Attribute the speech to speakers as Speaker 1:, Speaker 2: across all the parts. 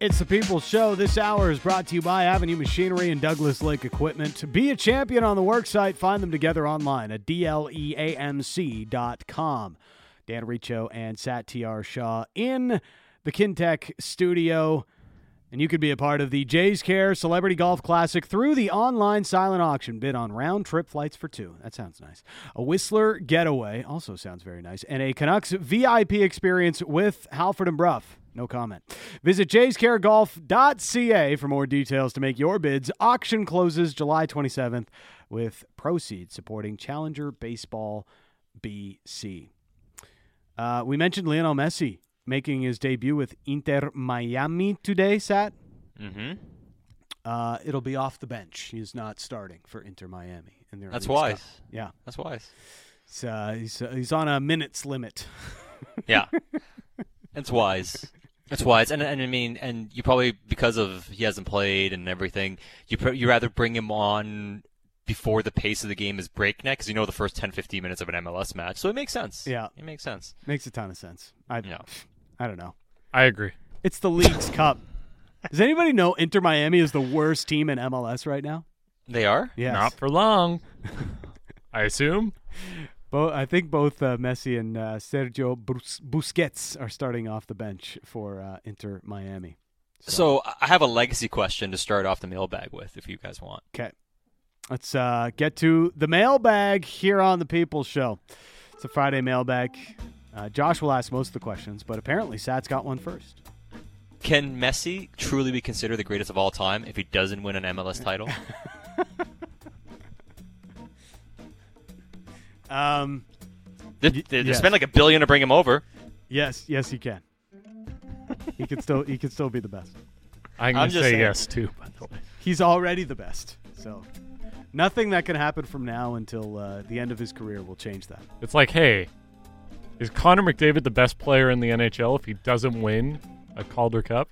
Speaker 1: It's the People's Show. This hour is brought to you by Avenue Machinery and Douglas Lake Equipment. To Be a champion on the worksite. Find them together online at E dleamc.com. Dan Riccio and Sat TR Shaw in the Kintech studio. And you could be a part of the Jays Care Celebrity Golf Classic through the online silent auction. Bid on round trip flights for two. That sounds nice. A Whistler getaway also sounds very nice. And a Canucks VIP experience with Halford and Bruff. No comment. Visit jayscaregolf.ca for more details to make your bids. Auction closes July 27th with proceeds supporting Challenger Baseball BC. Uh, we mentioned Lionel Messi making his debut with Inter Miami today, Sat.
Speaker 2: Mm-hmm.
Speaker 1: Uh, it'll be off the bench. He's not starting for Inter Miami. In their
Speaker 2: That's
Speaker 1: Leagues Cup.
Speaker 2: wise.
Speaker 1: Yeah.
Speaker 2: That's wise.
Speaker 1: It's, uh, he's, uh, he's on a minutes limit.
Speaker 2: Yeah, it's wise. It's wise, and and I mean, and you probably because of he hasn't played and everything, you pr- you rather bring him on before the pace of the game is breakneck because you know the first 10, 15 minutes of an MLS match, so it makes sense.
Speaker 1: Yeah.
Speaker 2: it makes sense.
Speaker 1: Makes a ton of sense. I,
Speaker 2: Yeah.
Speaker 1: I don't know.
Speaker 3: I agree.
Speaker 1: It's the league's cup. Does anybody know Inter Miami is the worst team in MLS right now?
Speaker 2: They are.
Speaker 1: Yes.
Speaker 3: Not for long. I assume.
Speaker 1: Bo- I think both uh, Messi and uh, Sergio Bus- Busquets are starting off the bench for uh, Inter Miami.
Speaker 2: So I- I have a legacy question to start off the mailbag with, if you guys want.
Speaker 1: Okay. Let's uh, get to the mailbag here on the People's Show. It's a Friday mailbag. Uh, Josh will ask most of the questions, but apparently Sat's got one first.
Speaker 2: Can Messi truly be considered the greatest of all time if he doesn't win an MLS title?
Speaker 1: Um,
Speaker 2: they, they, they
Speaker 1: yes.
Speaker 2: spent like a billion to bring him over.
Speaker 1: yes, yes, he can. he could still he could still be the best.
Speaker 3: I'm gonna
Speaker 2: just
Speaker 3: say
Speaker 2: saying.
Speaker 3: yes too. By the way,
Speaker 1: He's already the best. So nothing that can happen from now until uh, the end of his career will change that.
Speaker 3: it's like, hey, is Connor McDavid the best player in the NHL if he doesn't win a Calder Cup?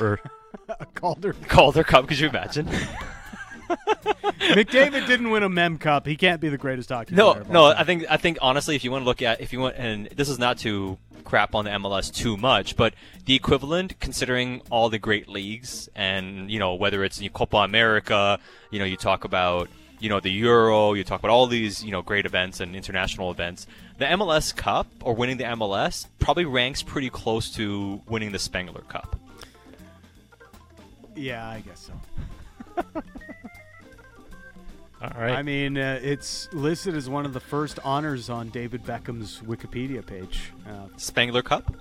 Speaker 3: Or
Speaker 1: A Calder
Speaker 2: Calder Cup, could you imagine?
Speaker 1: McDavid didn't win a Mem Cup. He can't be the greatest hockey
Speaker 2: no,
Speaker 1: player. of
Speaker 2: no.
Speaker 1: all
Speaker 2: I
Speaker 1: time.
Speaker 2: think I think honestly, if you want to look at, if you want, and this is not to crap on the MLS too much, but the equivalent, considering all the great leagues, and you know whether it's in Copa America, you know you talk about you know the Euro, you talk about all these you know great events and international events. The MLS Cup or winning the MLS probably ranks pretty close to winning the Spengler Cup.
Speaker 1: Yeah, I guess so.
Speaker 3: all right,
Speaker 1: I mean, uh, it's listed as one of the first honors on David Beckham's Wikipedia page. Uh,
Speaker 2: Spengler Cup.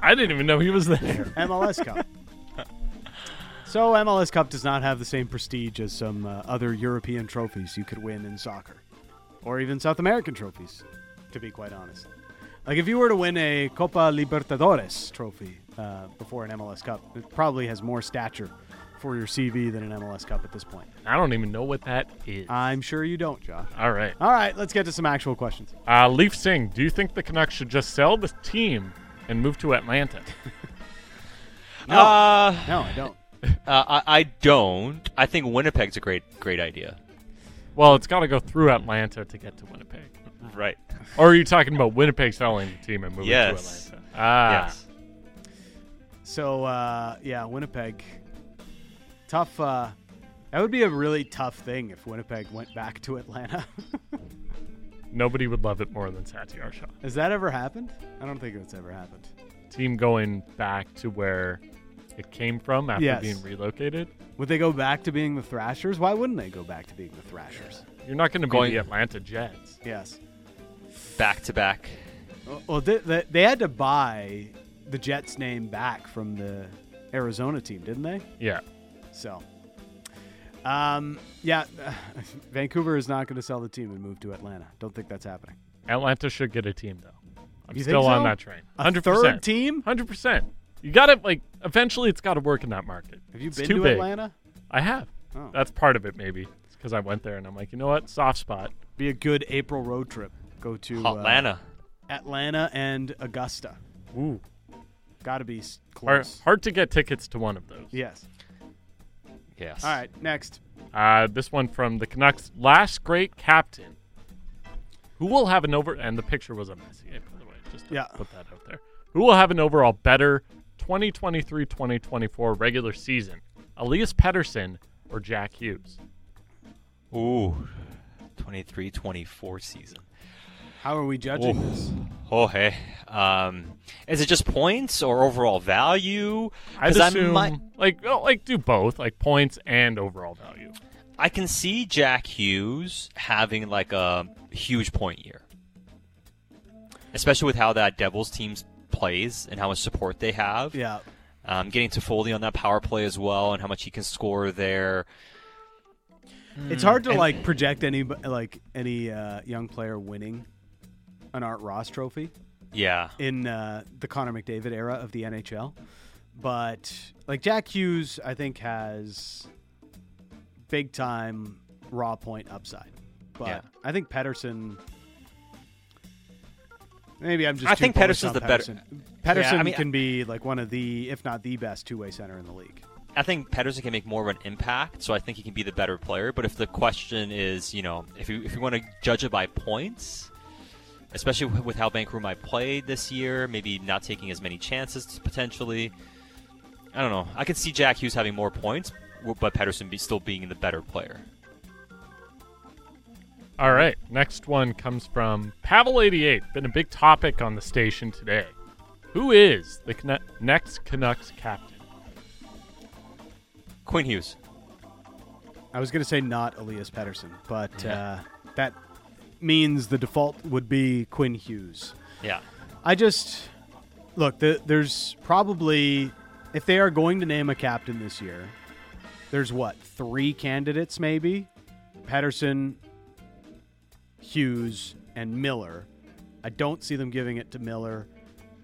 Speaker 3: I didn't even know he was there.
Speaker 1: MLS Cup. So MLS Cup does not have the same prestige as some uh, other European trophies you could win in soccer, or even South American trophies, to be quite honest. Like if you were to win a Copa Libertadores trophy uh, before an MLS Cup, it probably has more stature for your CV than an MLS Cup at this point.
Speaker 3: I don't even know what that is.
Speaker 1: I'm sure you don't, Josh.
Speaker 3: all right,
Speaker 1: All right, let's get to some actual questions.
Speaker 3: uh, Leaf Singh, do you think the Canucks should just sell the team and move to Atlanta?
Speaker 1: No,
Speaker 2: Uh,
Speaker 1: no, I don't.
Speaker 2: Uh, I, I don't. I think Winnipeg's a great, great idea.
Speaker 3: Well, it's got to go through Atlanta to get to Winnipeg.
Speaker 2: Right.
Speaker 3: Or are you talking about Winnipeg selling the team and moving
Speaker 2: Yes.
Speaker 3: to Atlanta? Ah,
Speaker 2: Yes.
Speaker 1: So uh, yeah, Winnipeg. Tough. Uh, that would be a really tough thing if Winnipeg went back to Atlanta.
Speaker 3: nobody would love it more than Satyar Shah.
Speaker 1: Has that ever happened? I don't think that's ever happened.
Speaker 3: Team going back to where it came from after
Speaker 1: Yes.
Speaker 3: being relocated.
Speaker 1: Would they go back to being the Thrashers? Why wouldn't they go back to being the Thrashers?
Speaker 3: You're not going to be
Speaker 2: Going-
Speaker 3: the Atlanta Jets.
Speaker 1: Yes.
Speaker 2: Back to back.
Speaker 1: Well- Well, they, they, they had to buy the Jets name back from the Arizona team, didn't they?
Speaker 3: Yeah.
Speaker 1: So, um, yeah, Vancouver is not going to sell the team and move to Atlanta. Don't think that's happening.
Speaker 3: Atlanta should get a team though. I'm
Speaker 1: You think
Speaker 3: still on
Speaker 1: so?
Speaker 3: that train.
Speaker 1: A
Speaker 3: 100%.
Speaker 1: third team?
Speaker 3: 100%. You got to like eventually it's got to work in that market.
Speaker 1: Have you
Speaker 3: It's
Speaker 1: been
Speaker 3: too
Speaker 1: to
Speaker 3: big.
Speaker 1: Atlanta?
Speaker 3: I have.
Speaker 1: Oh.
Speaker 3: That's part of it maybe. It's cuz I went there and I'm like, "You know what? Soft spot."
Speaker 1: be a good April road trip. Go to uh,
Speaker 2: Atlanta.
Speaker 1: Atlanta and Augusta.
Speaker 3: Ooh.
Speaker 1: Got to be s-
Speaker 3: Hard,
Speaker 1: close.
Speaker 3: hard to get tickets to one of those.
Speaker 1: Yes.
Speaker 2: Yes.
Speaker 1: All right. Next.
Speaker 3: Uh, this one from the Canucks' last great captain, who will have an over and the picture was a messy, by the way, just to
Speaker 1: Yeah.
Speaker 3: put that out there. Who will have an overall better 2023-2024 regular season? Elias Pettersson or Jack Hughes?
Speaker 2: Ooh, 23 24 season.
Speaker 1: How are we judging
Speaker 2: Oof.
Speaker 1: this?
Speaker 2: Oh, hey. Um, is it just points or overall value?
Speaker 3: I'd
Speaker 2: 'Cause I
Speaker 3: assume
Speaker 2: might-
Speaker 3: like well, like do both, like points and overall value.
Speaker 2: I can see Jack Hughes having like a huge point year, especially with how that Devils team plays and how much support they have.
Speaker 1: Yeah.
Speaker 2: Um, getting to Foley on that power play as well, and how much he can score there.
Speaker 1: It's hard to like project any like any uh, young player winning an Art Ross trophy
Speaker 2: Yeah,
Speaker 1: in uh, the Connor McDavid era of the NHL, but like Jack Hughes, I think has big time raw point upside. But
Speaker 2: Yeah.
Speaker 1: I think Pederson. Maybe I'm just.
Speaker 2: I
Speaker 1: too
Speaker 2: think
Speaker 1: bullish
Speaker 2: Pettersson's
Speaker 1: on
Speaker 2: the better-
Speaker 1: Pettersson. Pettersson
Speaker 2: Yeah, I mean,
Speaker 1: can be like one of the, if not the best, two way center in the league.
Speaker 2: I think Pedersen can make more of an impact, so I think he can be the better player. But if the question is, you know, if you, if you want to judge it by points, especially with with how Bankroom might play this year, maybe not taking as many chances potentially. I don't know. I could see Jack Hughes having more points, w- but Pedersen be still being the better player.
Speaker 3: All right, next one comes from Pavel88. Been a big topic on the station today. Who is the Canu- next Canucks captain?
Speaker 2: Quinn Hughes.
Speaker 1: I was going to say not Elias Pettersson, but
Speaker 2: Yeah.
Speaker 1: uh, that means the default would be Quinn Hughes.
Speaker 2: Yeah.
Speaker 1: I just look. The, there's probably if they are going to name a captain this year, there's what three candidates maybe: Patterson, Hughes, and Miller. I don't see them giving it to Miller.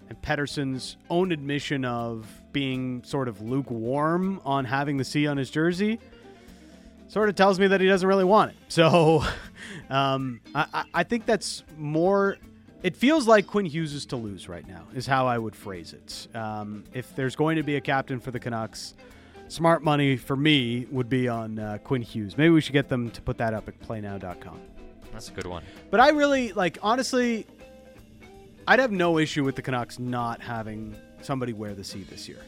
Speaker 1: And Pedersen's own admission of being sort of lukewarm on having the C on his jersey sort of tells me that he doesn't really want it. So um, I, I- I think that's more. It feels like Quinn Hughes is to lose right now, is how I would phrase it. Um, if there's going to be a captain for the Canucks, smart money for me would be on uh, Quinn Hughes. Maybe we should get them to put that up at playnow.com.
Speaker 2: That's a good one.
Speaker 1: But I really like honestly, I'd have no issue with the Canucks not having somebody wear the C this year.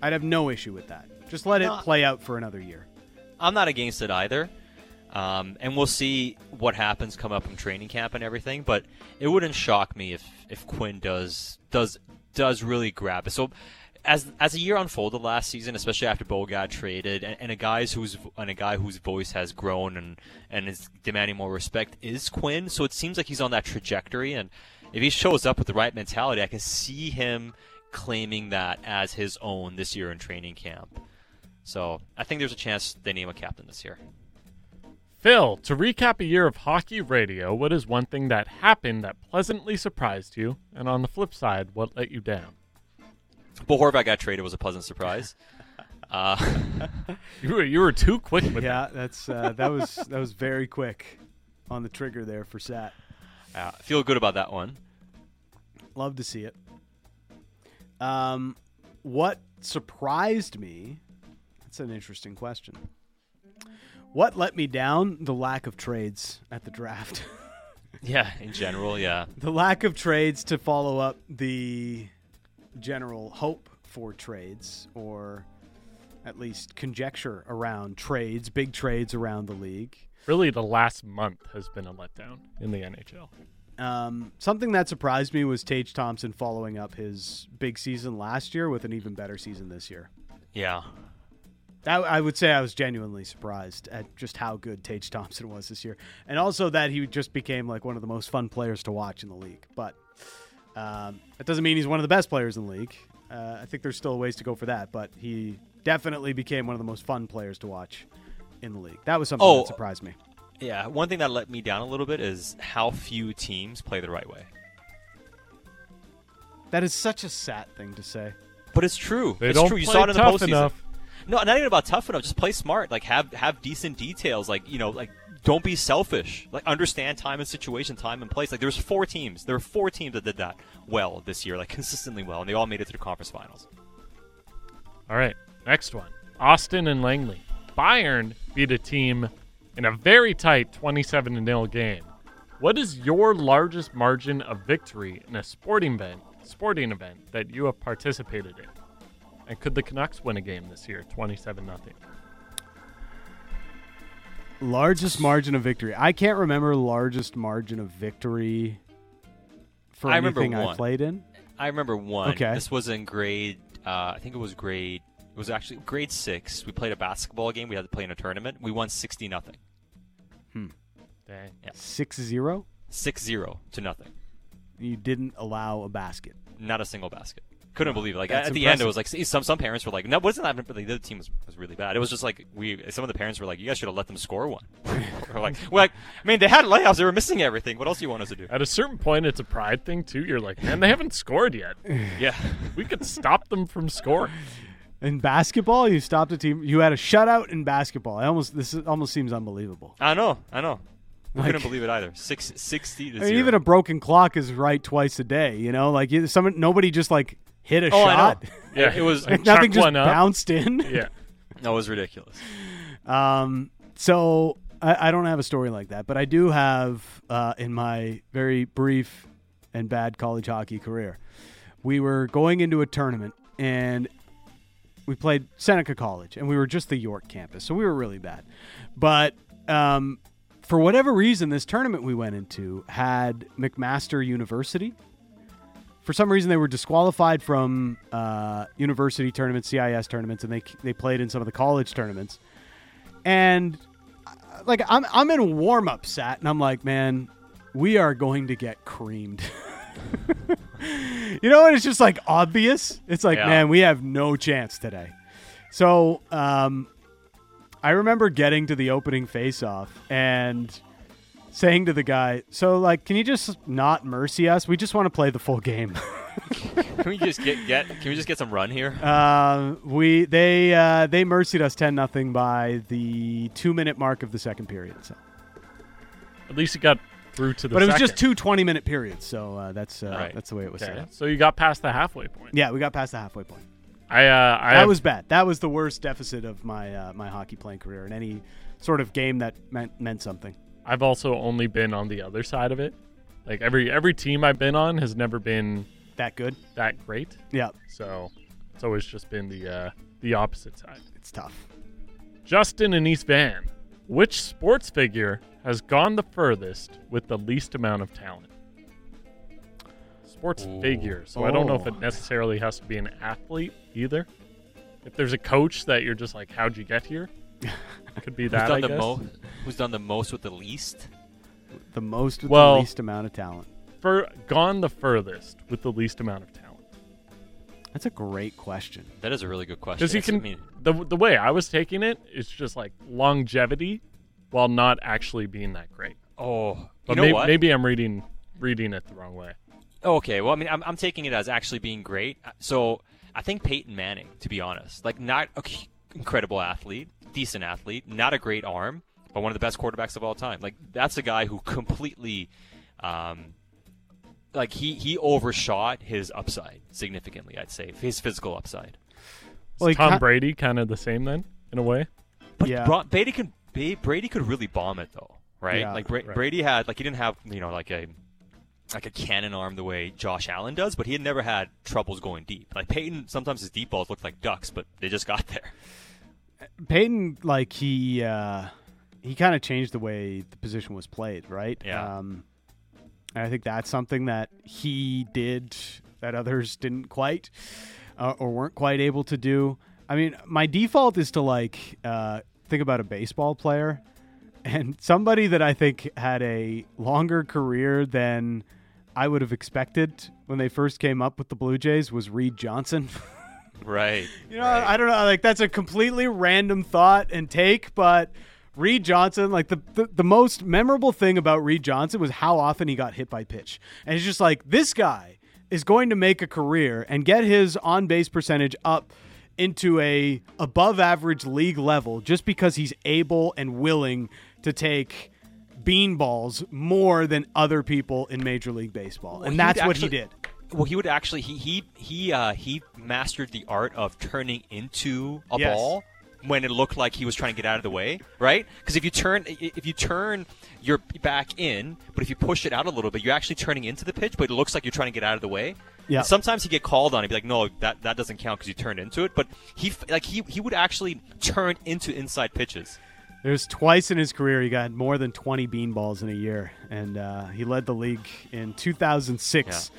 Speaker 1: I'd have no issue with that. Just let it
Speaker 2: No.
Speaker 1: play out for another year.
Speaker 2: I'm not against it either. Um, and we'll see what happens come up in training camp and everything, but it wouldn't shock me if, if Quinn does does does really grab it. So as as the year unfolded last season, especially after Bo got traded, and, and a guy's whose and a guy whose voice has grown and and is demanding more respect is Quinn. So it seems like he's on that trajectory, and if he shows up with the right mentality, I can see him claiming that as his own this year in training camp. So I think there's a chance they name a captain this year.
Speaker 3: Phil, to recap a year of hockey radio, what is one thing that happened that pleasantly surprised you? And on the flip side, what let you down?
Speaker 2: But Horvat got traded was a pleasant surprise. uh,
Speaker 3: You were, you were too quick with
Speaker 1: yeah, that's uh, that was that was very quick on the trigger there for Sat.
Speaker 2: yeah, feel good about that one.
Speaker 1: Love to see it. Um, what surprised me? That's an interesting question. What let me down? The lack of trades at the draft.
Speaker 2: Yeah, in general, yeah.
Speaker 1: the lack of trades to follow up the general hope for trades or at least conjecture around trades, big trades around the league.
Speaker 3: Really, the last month has been a letdown in the NHL.
Speaker 1: Um, something that surprised me was Tage Thompson following up his big season last year with an even better season this year.
Speaker 2: Yeah.
Speaker 1: That, I would say I was genuinely surprised at just how good Tage Thompson was this year, and also that he just became like one of the most fun players to watch in the league. But um, that doesn't mean he's one of the best players in the league. Uh, I think there's still ways to go for that, but he definitely became one of the most fun players to watch in the league. That was something
Speaker 2: Oh.
Speaker 1: that surprised me.
Speaker 2: Yeah, one thing that let me down a little bit is how few teams play the right way.
Speaker 1: That is such a sad thing to say.
Speaker 2: But it's true.
Speaker 3: They
Speaker 2: it's
Speaker 3: don't
Speaker 2: true. You
Speaker 3: play
Speaker 2: saw it in the
Speaker 3: tough
Speaker 2: postseason.
Speaker 3: enough.
Speaker 2: No, not even about tough enough. Just play smart. Like have have decent details. Like you know, like don't be selfish. Like understand time and situation, time and place. Like there was four teams. There were four teams that did that well this year, like consistently well, and they all made it to the conference finals.
Speaker 3: All right, next one. Austin and Langley. Bayern beat a team in a very tight 27 0 game. What is your largest margin of victory in a sporting event sporting event that you have participated in? And could the Canucks win a game this year, 27 0
Speaker 1: Largest margin of victory. I can't remember largest margin of victory for
Speaker 2: I remember
Speaker 1: anything I
Speaker 2: one.
Speaker 1: played in.
Speaker 2: I remember one.
Speaker 1: Okay.
Speaker 2: This was in grade. Uh, I think it was grade. It was actually grade six. We played a basketball game. We had to play in a tournament. We won sixty nothing,
Speaker 3: Dang.
Speaker 1: Six zero.
Speaker 2: six zero to nothing.
Speaker 1: You didn't allow a basket.
Speaker 2: Not a single basket. Couldn't believe it. Like
Speaker 1: That's
Speaker 2: at the end,
Speaker 1: impressive.
Speaker 2: it was like see, some some parents were like, "No, wasn't that?" But like, the other team was, was really bad. It was just like we. Some of the parents were like, "You guys should have let them score one." we're like, "Well, like, I mean, they had layouts. They were missing everything. What else do you want us to
Speaker 1: Uh,
Speaker 2: do?"
Speaker 3: At a certain point, it's a pride thing, too. You're like, man, they haven't scored yet.
Speaker 2: yeah.
Speaker 3: We could stop them from scoring.
Speaker 1: In basketball, you stopped a team. You had a shutout in basketball. I almost this is, almost seems unbelievable.
Speaker 2: I know. I know. I
Speaker 1: Like-
Speaker 2: couldn't believe it either. Six, 60 to
Speaker 1: I mean,
Speaker 2: zero.
Speaker 1: even a broken clock is right twice a day. You know, like you- someone nobody just like hit a
Speaker 2: oh,
Speaker 1: shot.
Speaker 2: I know.
Speaker 3: Yeah.
Speaker 2: It was.
Speaker 3: Like-
Speaker 1: Nothing
Speaker 3: Chuck
Speaker 1: just
Speaker 3: one up.
Speaker 1: bounced in.
Speaker 3: Yeah.
Speaker 2: That was ridiculous.
Speaker 1: Um, so I, I don't have a story like that, but I do have uh, in my very brief and bad college hockey career. We were going into a tournament and we played Seneca College and we were just the York campus, so we were really bad. But um, for whatever reason, this tournament we went into had McMaster University. For some reason, they were disqualified from uh, university tournaments, CIS tournaments, and they they played in some of the college tournaments and uh, like I'm I'm in warm up sat and I'm like, man, we are going to get creamed. you know, and it's just like obvious. It's like,
Speaker 2: Yeah.
Speaker 1: man, we have no chance today. So um, I remember getting to the opening face off and saying to the guy, so like, can you just not mercy us? We just want to play the full game.
Speaker 2: Can we just get get? Can we just get some run here?
Speaker 1: Um, we they uh, they mercied us ten nothing by the two minute mark of the second period. So,
Speaker 3: At least you got through to the
Speaker 1: but it was
Speaker 3: second.
Speaker 1: just two 20 minute periods. So uh, that's uh,
Speaker 2: Right.
Speaker 1: that's the way it was set
Speaker 3: Okay.
Speaker 1: up.
Speaker 3: So you got past the halfway point.
Speaker 1: Yeah, we got past the halfway point.
Speaker 3: I, uh, I
Speaker 1: that
Speaker 3: have-
Speaker 1: was bad. That was the worst deficit of my uh, my hockey playing career in any sort of game that meant meant something.
Speaker 3: I've also only been on the other side of it. Like every every team I've been on has never been
Speaker 1: That good.
Speaker 3: that great.
Speaker 1: Yeah,
Speaker 3: So it's always just been the uh, the opposite side.
Speaker 1: it's tough.
Speaker 3: Justin and East Van, which sports figure has gone the furthest with the least amount of talent? Sports
Speaker 2: Ooh.
Speaker 3: figure. So I don't know if
Speaker 1: Oh.
Speaker 3: it necessarily has to be an athlete either. If there's a coach that you're just like, how'd you get here? Could be
Speaker 2: who's
Speaker 3: that.
Speaker 2: done
Speaker 3: I
Speaker 2: the
Speaker 3: guess.
Speaker 2: most? Who's done the most with the least?
Speaker 1: The most with
Speaker 3: Well-
Speaker 1: the least amount of talent.
Speaker 3: Fur- gone the furthest with the least amount of talent.
Speaker 1: That's a great question.
Speaker 2: That is a really good question.
Speaker 3: Because you
Speaker 2: That's-
Speaker 3: can
Speaker 2: I mean,
Speaker 3: the the way I was taking it is just like longevity, while not actually being that great.
Speaker 2: oh, you
Speaker 3: But
Speaker 2: know
Speaker 3: may-
Speaker 2: what? Oh,
Speaker 3: maybe I'm reading reading it the wrong way.
Speaker 2: Okay, well, I mean, I'm, I'm taking it as actually being great. Uh, So I think Peyton Manning, to be honest, like not an incredible athlete, decent athlete, not a great arm, but one of the best quarterbacks of all time. Like that's a guy who completely, um, like he he overshot his upside significantly. I'd say his physical upside.
Speaker 3: Is
Speaker 1: Well, he
Speaker 3: Tom
Speaker 1: ca-
Speaker 3: Brady kind of the same then in a way.
Speaker 2: But
Speaker 1: Yeah.
Speaker 2: Bra- Brady could Ba- Brady could really bomb it though, right?
Speaker 1: Yeah.
Speaker 2: like Bra-
Speaker 3: Right.
Speaker 2: Brady had like he didn't have you know like a like a cannon arm the way Josh Allen does, but he had never had troubles going deep. Like Peyton, sometimes his deep balls looked like ducks, but they just got there.
Speaker 1: Peyton, like he uh, he kind of changed the way the position was played, right?
Speaker 2: Yeah.
Speaker 1: Um, and I think that's something that he did that others didn't quite uh, or weren't quite able to do. I mean, my default is to like uh, think about a baseball player and somebody that I think had a longer career than I would have expected when they first came up with the Blue Jays was Reed Johnson.
Speaker 2: Right.
Speaker 1: You know, I don't know. Like that's a completely random thought and take, but Reed Johnson, like the, the the most memorable thing about Reed Johnson was how often he got hit by pitch, and it's just like this guy is going to make a career and get his on base percentage up into a above average league level just because he's able and willing to take bean balls more than other people in Major League Baseball,
Speaker 2: Well, he
Speaker 1: and that's
Speaker 2: would
Speaker 1: what he
Speaker 2: actually-
Speaker 1: did.
Speaker 2: Well, he would actually he he he uh, he mastered the art of turning into a
Speaker 1: Yes.
Speaker 2: ball when it looked like he was trying to get out of the way, right? Because if you turn i- if you turn your back in, but if you push it out a little bit, you're actually turning into the pitch, but it looks like you're trying to get out of the way.
Speaker 1: Yeah.
Speaker 2: And sometimes he get called on. He'd be like, "No, that, that doesn't count because you turned into it." But he f- like he he would actually turn into inside pitches.
Speaker 1: There's twice in his career he got more than 20 bean balls in a year, and uh, he led the league in 2006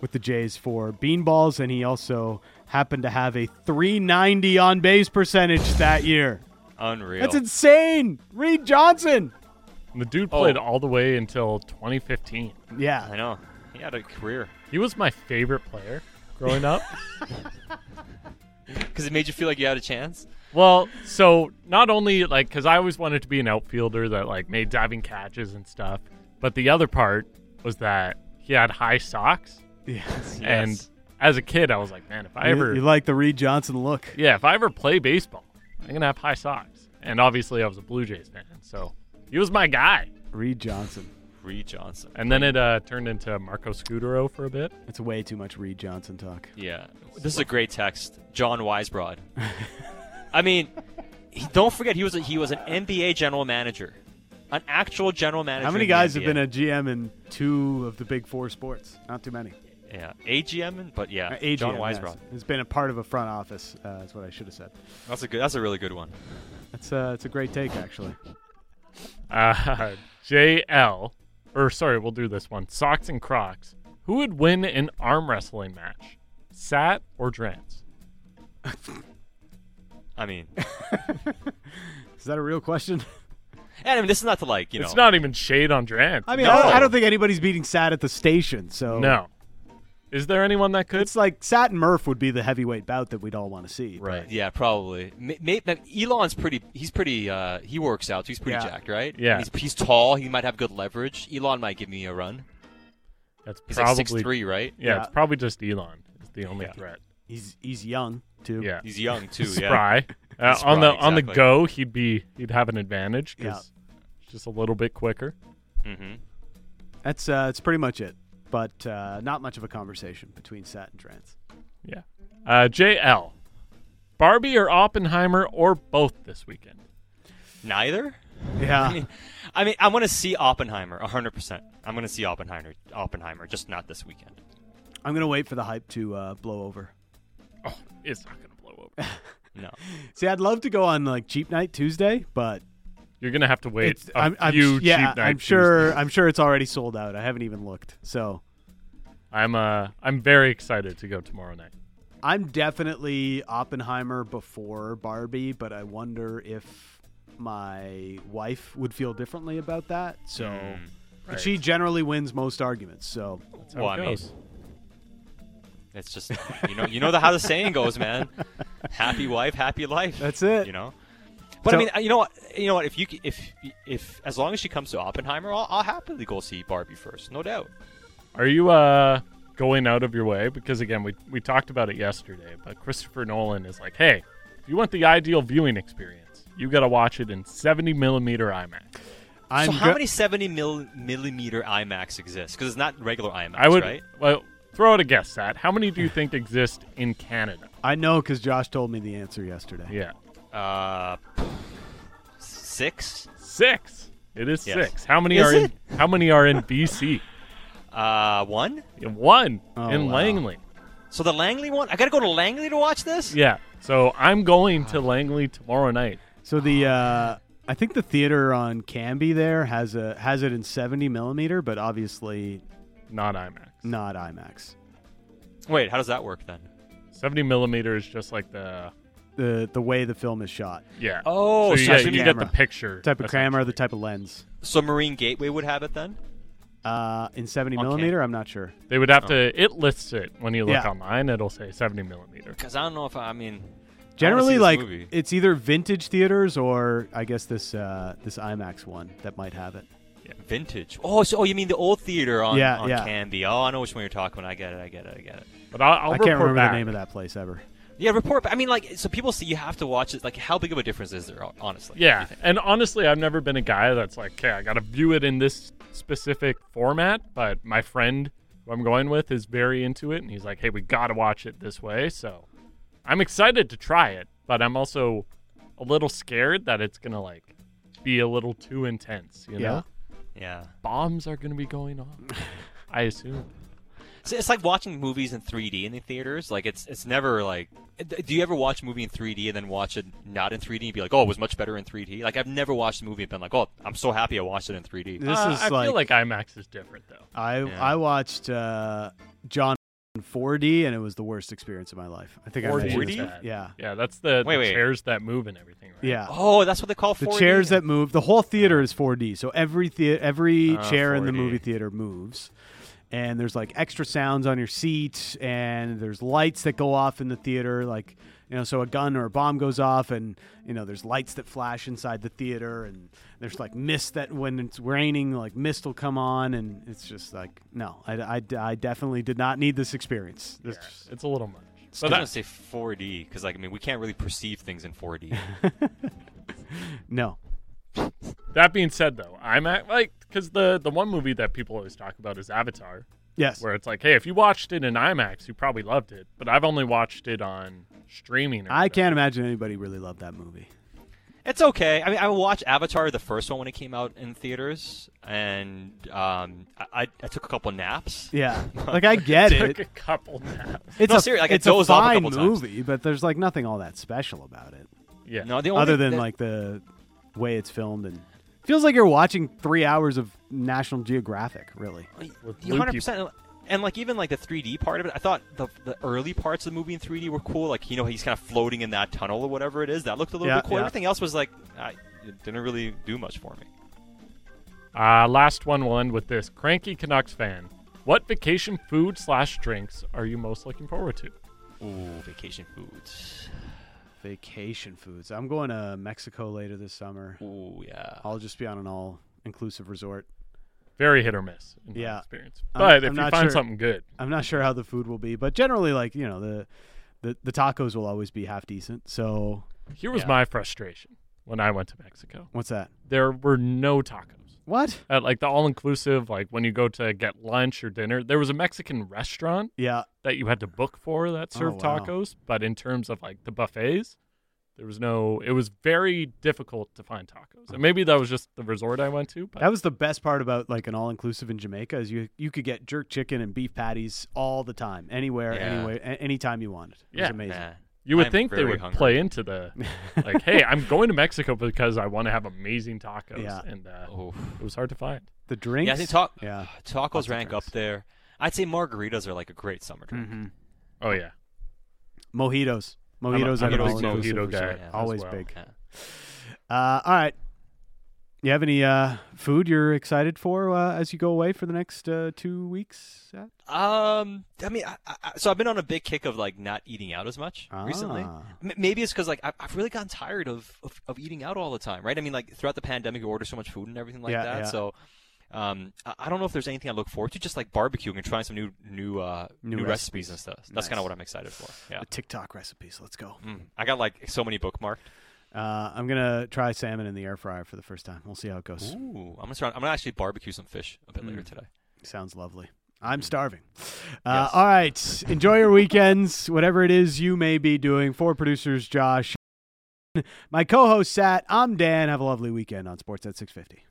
Speaker 1: with the Jays for bean balls, and he also happened to have a 390 on base percentage that year.
Speaker 2: Unreal.
Speaker 1: That's insane, Reed Johnson.
Speaker 3: And the dude played
Speaker 2: Oh.
Speaker 3: all the way until 2015.
Speaker 2: I
Speaker 1: Yeah,
Speaker 2: know. He had a career
Speaker 3: He was my favorite player growing up.
Speaker 2: because it made you feel like you had a chance.
Speaker 3: Well, so not only like because I always wanted to be an outfielder that like made diving catches and stuff, but the other part was that he had high socks,
Speaker 1: yes.
Speaker 3: and
Speaker 2: Yes.
Speaker 3: as a kid I was like, man, if I ever
Speaker 1: you, you like the Reed Johnson look.
Speaker 3: yeah, if I ever play baseball, I'm gonna have high socks. And obviously I was a Blue Jays fan, so he was my guy.
Speaker 1: Reed Johnson.
Speaker 2: Reed Johnson.
Speaker 3: And then it uh, turned into Marco Scudero for a bit.
Speaker 1: It's way too much Reed Johnson talk.
Speaker 2: Yeah. This is a great text. John Weisbrod. I mean, he, don't forget he was a, he was an NBA general manager. An actual general manager.
Speaker 1: How many
Speaker 2: in the
Speaker 1: guys have
Speaker 2: NBA.
Speaker 1: been a GM in two of the big four sports? Not too many.
Speaker 2: Yeah, AGM, and- but yeah,
Speaker 1: Uh, AGM,
Speaker 2: John
Speaker 1: yes.
Speaker 2: Weisbrod.
Speaker 1: has been a part of a front office. Uh, is what I should have said.
Speaker 2: That's a good. That's a really good one.
Speaker 1: That's uh, it's a great take actually.
Speaker 3: Uh, JL, or sorry, we'll do this one. Socks and Crocs. Who would win an arm wrestling match? Sat or Drance?
Speaker 2: I mean,
Speaker 1: Is that a real question?
Speaker 2: and I mean, this is not to like you
Speaker 3: It's
Speaker 2: know.
Speaker 3: not even shade on Drance.
Speaker 1: I mean,
Speaker 2: No.
Speaker 1: I, don't, I don't think anybody's beating Sat at the station. So
Speaker 3: no. Is there anyone that could?
Speaker 1: it's like Sat and Murph would be the heavyweight bout that we'd all want to see.
Speaker 3: Right.
Speaker 2: Yeah, probably. May, may, now, Elon's pretty. He's pretty. Uh, he works out. So he's pretty
Speaker 1: Yeah.
Speaker 2: jacked, right?
Speaker 3: Yeah.
Speaker 2: He's, he's tall. He might have good leverage. Elon might give me a run.
Speaker 3: That's
Speaker 2: He's
Speaker 3: probably
Speaker 2: like six three, right?
Speaker 3: Yeah, it's
Speaker 1: Yeah.
Speaker 3: probably just Elon. Is the only
Speaker 2: Yeah.
Speaker 3: threat.
Speaker 1: He's he's young too.
Speaker 3: Yeah.
Speaker 2: He's young too. yeah.
Speaker 3: Spry. Uh,
Speaker 2: Spry,
Speaker 3: on the on the
Speaker 2: exactly.
Speaker 3: go, he'd be he'd have an advantage
Speaker 1: Yeah.
Speaker 3: because he's just a little bit quicker.
Speaker 2: Mm-hmm.
Speaker 1: That's uh, that's pretty much it. But uh, not much of a conversation between Sat and Trance.
Speaker 3: Yeah. Uh, JL, Barbie or Oppenheimer or both this weekend.
Speaker 2: Neither.
Speaker 1: Yeah.
Speaker 2: I mean, I want to see Oppenheimer 100%. I'm going to see Oppenheimer, Oppenheimer, just not this weekend.
Speaker 1: I'm gonna wait for the hype to uh, blow over.
Speaker 3: Oh, it's not gonna blow over.
Speaker 2: No.
Speaker 1: See, I'd love to go on like cheap night Tuesday, but
Speaker 3: You're gonna have to wait
Speaker 1: it's
Speaker 3: a
Speaker 1: I'm, I'm
Speaker 3: few
Speaker 1: yeah,
Speaker 3: cheap night
Speaker 1: I'm sure
Speaker 3: Tuesdays.
Speaker 1: I'm sure it's already sold out. I haven't even looked. So
Speaker 3: I'm uh I'm very excited to go tomorrow night.
Speaker 1: I'm definitely Oppenheimer before Barbie, but I wonder if my wife would feel differently about that. So
Speaker 2: Mm.
Speaker 1: and she generally wins most arguments. So
Speaker 3: how
Speaker 2: well,
Speaker 3: it
Speaker 2: I mean,
Speaker 3: goes.
Speaker 2: it's just you know, you know the, how the saying goes, man. Happy wife, happy life.
Speaker 1: That's it.
Speaker 2: You know. But
Speaker 1: So-
Speaker 2: I mean, uh, you know what? You know what? If you c- if if as long as she comes to Oppenheimer, I'll, I'll happily go see Barbie first, no doubt.
Speaker 3: Are you uh going out of your way? Because again, we we talked about it yesterday, but Christopher Nolan is like, hey, if you want the ideal viewing experience, you gotta watch it in 70 millimeter IMAX.
Speaker 1: I'm
Speaker 2: so how
Speaker 1: go-
Speaker 2: many seventy mil- millimeter IMAX exists? Because it's not regular IMAX,
Speaker 3: I would
Speaker 2: right?
Speaker 3: well throw out a guess, Sat. How many do you think exist in Canada?
Speaker 1: I know because Josh told me the answer yesterday.
Speaker 3: Yeah,
Speaker 2: Uh, six.
Speaker 3: six. It is
Speaker 2: Yes.
Speaker 3: six. How many
Speaker 2: Is
Speaker 3: are
Speaker 2: it?
Speaker 3: in How many are in BC?
Speaker 2: Uh, one.
Speaker 3: One
Speaker 1: Oh,
Speaker 3: in
Speaker 1: wow.
Speaker 3: Langley.
Speaker 2: So the Langley one, I gotta go to Langley to watch this.
Speaker 3: Yeah. So I'm going to Langley tomorrow night.
Speaker 1: So the uh, I think the theater on Canby there has a has it in 70 millimeter, but obviously
Speaker 3: Not IMAX.
Speaker 1: not IMAX.
Speaker 2: Wait, how does that work then?
Speaker 3: 70 millimeter is just like the
Speaker 1: The the way the film is shot,
Speaker 3: yeah.
Speaker 2: Oh,
Speaker 3: so
Speaker 2: so
Speaker 3: yeah,
Speaker 2: it's a
Speaker 3: you get the
Speaker 1: camera.
Speaker 3: picture.
Speaker 1: type of camera, the
Speaker 3: essentially.
Speaker 1: type of lens.
Speaker 2: So Marine Gateway would have it then?
Speaker 1: Uh, in 70
Speaker 2: Okay.
Speaker 1: millimeter, I'm not sure.
Speaker 3: They would have to. It lists it when you look
Speaker 1: Oh. Yeah.
Speaker 3: online. It'll say 70 millimeter.
Speaker 2: Because I don't know if I, I mean.
Speaker 1: Generally,
Speaker 2: this
Speaker 1: like
Speaker 2: movie.
Speaker 1: it's either vintage theaters or I guess this uh, this IMAX one that might have it.
Speaker 2: Vintage. Oh, so oh, you mean the old theater on,
Speaker 1: Yeah,
Speaker 2: on
Speaker 1: yeah.
Speaker 2: Canby? Oh, I know which one you're talking. about. I get it. I get it. I get it.
Speaker 3: But I'll, I'll
Speaker 1: I can't
Speaker 3: report
Speaker 1: remember
Speaker 3: back.
Speaker 1: the name of that place ever.
Speaker 2: Yeah, report. back. I mean, like, so people say you have to watch it. Like, how big of a difference is there? Honestly.
Speaker 3: Yeah, and honestly, I've never been a guy that's like, okay, I gotta view it in this specific format. But my friend who I'm going with is very into it, and he's like, hey, we gotta watch it this way. So I'm excited to try it, but I'm also a little scared that it's gonna like be a little too intense. You
Speaker 1: Yeah.
Speaker 3: know,
Speaker 2: Yeah.
Speaker 3: bombs are gonna be going off. I assume.
Speaker 2: It's, it's like watching movies in 3D in the theaters. Like it's it's never like. Do you ever watch a movie in 3D and then watch it not in 3D and be like, oh, it was much better in 3D? Like I've never watched a movie and been like, oh, I'm so happy I watched it in 3D.
Speaker 1: This
Speaker 3: Uh,
Speaker 1: is
Speaker 3: I
Speaker 1: like,
Speaker 3: feel like IMAX is different though.
Speaker 1: I
Speaker 2: Yeah.
Speaker 1: I watched uh, John in 4D and it was the worst experience of my life. I think I
Speaker 3: 4D?
Speaker 1: mentioned this.
Speaker 3: Bad.
Speaker 1: Yeah.
Speaker 3: Yeah, that's the,
Speaker 2: Wait,
Speaker 3: the
Speaker 2: wait.
Speaker 3: chairs that move and everything. Right?
Speaker 1: Yeah.
Speaker 2: Oh, that's what they call
Speaker 1: The
Speaker 2: 4D.
Speaker 1: chairs that move, the whole theater is 4D. So every the- every
Speaker 2: Ah,
Speaker 1: chair in the
Speaker 2: 4D.
Speaker 1: movie theater moves. And there's like extra sounds on your seat and there's lights that go off in the theater like you know so a gun or a bomb goes off and you know there's lights that flash inside the theater and there's like mist that when it's raining like mist will come on and it's just like no I, I, I definitely did not need this experience.
Speaker 3: Yeah,
Speaker 1: This-
Speaker 3: it's a little much.
Speaker 2: I
Speaker 3: But
Speaker 2: was
Speaker 3: that-
Speaker 2: gonna say 4D because like I mean we can't really perceive things in 4D.
Speaker 1: No.
Speaker 3: that being said, though, I'm at like because the the one movie that people always talk about is Avatar,
Speaker 1: Yes.
Speaker 3: where it's like, hey, if you watched it in IMAX, you probably loved it. But I've only watched it on streaming. or
Speaker 1: I
Speaker 3: whatever.
Speaker 1: can't imagine anybody really loved that movie.
Speaker 2: It's okay. I mean, I watched Avatar the first one when it came out in theaters, and um, I, I- I took a couple naps.
Speaker 1: Yeah. Like I get it.
Speaker 3: Took a couple naps.
Speaker 1: It's
Speaker 2: No,
Speaker 1: a,
Speaker 2: seriously, like, I
Speaker 1: it's a
Speaker 2: dozed off a
Speaker 1: fine
Speaker 2: couple times.
Speaker 1: movie, but there's like nothing all that special about it,
Speaker 3: Yeah.
Speaker 2: No, the only
Speaker 1: other than
Speaker 2: the-
Speaker 1: like the way it's filmed and feels like you're watching three hours of National Geographic. Really,
Speaker 3: With
Speaker 2: You
Speaker 3: blue
Speaker 2: 100%. And like even like the 3D part of it, I thought the the early parts of the movie in 3D were cool. Like you know he's kind of floating in that tunnel or whatever it is. That looked a little
Speaker 1: Yeah,
Speaker 2: bit cool.
Speaker 1: yeah.
Speaker 2: Everything else was like I, it didn't really do much for me.
Speaker 3: Uh, last one will end with this. Cranky Canucks fan. What vacation food slash drinks are you most looking forward to?
Speaker 2: Ooh, vacation foods.
Speaker 1: vacation foods. I'm going to Mexico later this summer.
Speaker 2: Ooh, yeah.
Speaker 1: I'll just be on an all-inclusive resort.
Speaker 3: Very hit or miss in my
Speaker 1: Yeah.
Speaker 3: experience.
Speaker 1: I'm-
Speaker 3: But if
Speaker 1: I'm
Speaker 3: you
Speaker 1: not
Speaker 3: find
Speaker 1: sure.
Speaker 3: something good,
Speaker 1: I'm not sure how the food will be, but generally, like you know, the the, the tacos will always be half decent. So
Speaker 3: here was
Speaker 2: Yeah.
Speaker 3: my frustration when I went to Mexico.
Speaker 1: what's that?
Speaker 3: There were no tacos.
Speaker 1: What?
Speaker 3: At like the all inclusive, like when you go to get lunch or dinner, there was a Mexican restaurant
Speaker 1: Yeah,
Speaker 3: that you had to book for that
Speaker 1: Oh,
Speaker 3: served
Speaker 1: wow.
Speaker 3: tacos. But in terms of like the buffets, there was no, it was very difficult to find tacos. And maybe that was just the resort I went to. But
Speaker 1: That was the best part about like an all inclusive in Jamaica is you you could get jerk chicken and beef patties all the time, anywhere,
Speaker 2: Yeah.
Speaker 1: anyway, a- anytime you wanted. It was
Speaker 3: Yeah.
Speaker 1: amazing.
Speaker 2: Man.
Speaker 3: You would
Speaker 2: I'm
Speaker 3: think they
Speaker 2: very
Speaker 3: would
Speaker 2: hungry.
Speaker 3: play into the like, hey, I'm going to Mexico because I want to have amazing tacos,
Speaker 1: Yeah.
Speaker 3: and uh,
Speaker 2: Oof.
Speaker 3: it was hard to find.
Speaker 1: The drinks,
Speaker 2: Yeah, I think ta-
Speaker 1: Yeah.
Speaker 2: tacos
Speaker 1: Lots of
Speaker 2: rank up
Speaker 1: drinks. Mm-hmm.
Speaker 2: there. I'd say margaritas are like a great summer drink.
Speaker 3: Oh yeah,
Speaker 1: mojitos, mojitos,
Speaker 3: I'm
Speaker 1: at
Speaker 3: a
Speaker 1: an
Speaker 3: big
Speaker 1: all-inclusive
Speaker 3: mojito
Speaker 1: resort.
Speaker 3: guy as
Speaker 1: always
Speaker 3: well.
Speaker 1: big.
Speaker 2: Yeah.
Speaker 1: Uh, all right, you have any uh, food you're excited for uh, as you go away for the next uh, two weeks? Zach?
Speaker 2: Um, I mean, I, I, so I've been on a big kick of like not eating out as much recently.
Speaker 1: Ah.
Speaker 2: M- maybe it's because like I, I've really gotten tired of, of of eating out all the time, right? I mean, like throughout the pandemic, you order so much food and everything like
Speaker 1: Yeah,
Speaker 2: that.
Speaker 1: yeah.
Speaker 2: So, um, I, I don't know if there's anything I look forward to, just like barbecuing and trying some new new uh,
Speaker 1: New
Speaker 2: new,
Speaker 1: recipes.
Speaker 2: recipes. and stuff. That's kind
Speaker 1: Nice.
Speaker 2: of what I'm excited for. Yeah,
Speaker 1: The TikTok recipes. Let's go.
Speaker 2: Mm. I got like so many bookmarked.
Speaker 1: Uh, I'm gonna try salmon in the air fryer for the first time. We'll see how it goes.
Speaker 2: Ooh, I'm gonna start, I'm gonna actually barbecue some fish a bit later
Speaker 1: Mm.
Speaker 2: today.
Speaker 1: Sounds lovely. I'm starving. Uh, All right. Enjoy your weekends, whatever it is you may be doing. For producers, Josh, my co host, Sat, I'm Dan. Have a lovely weekend on Sports at 650.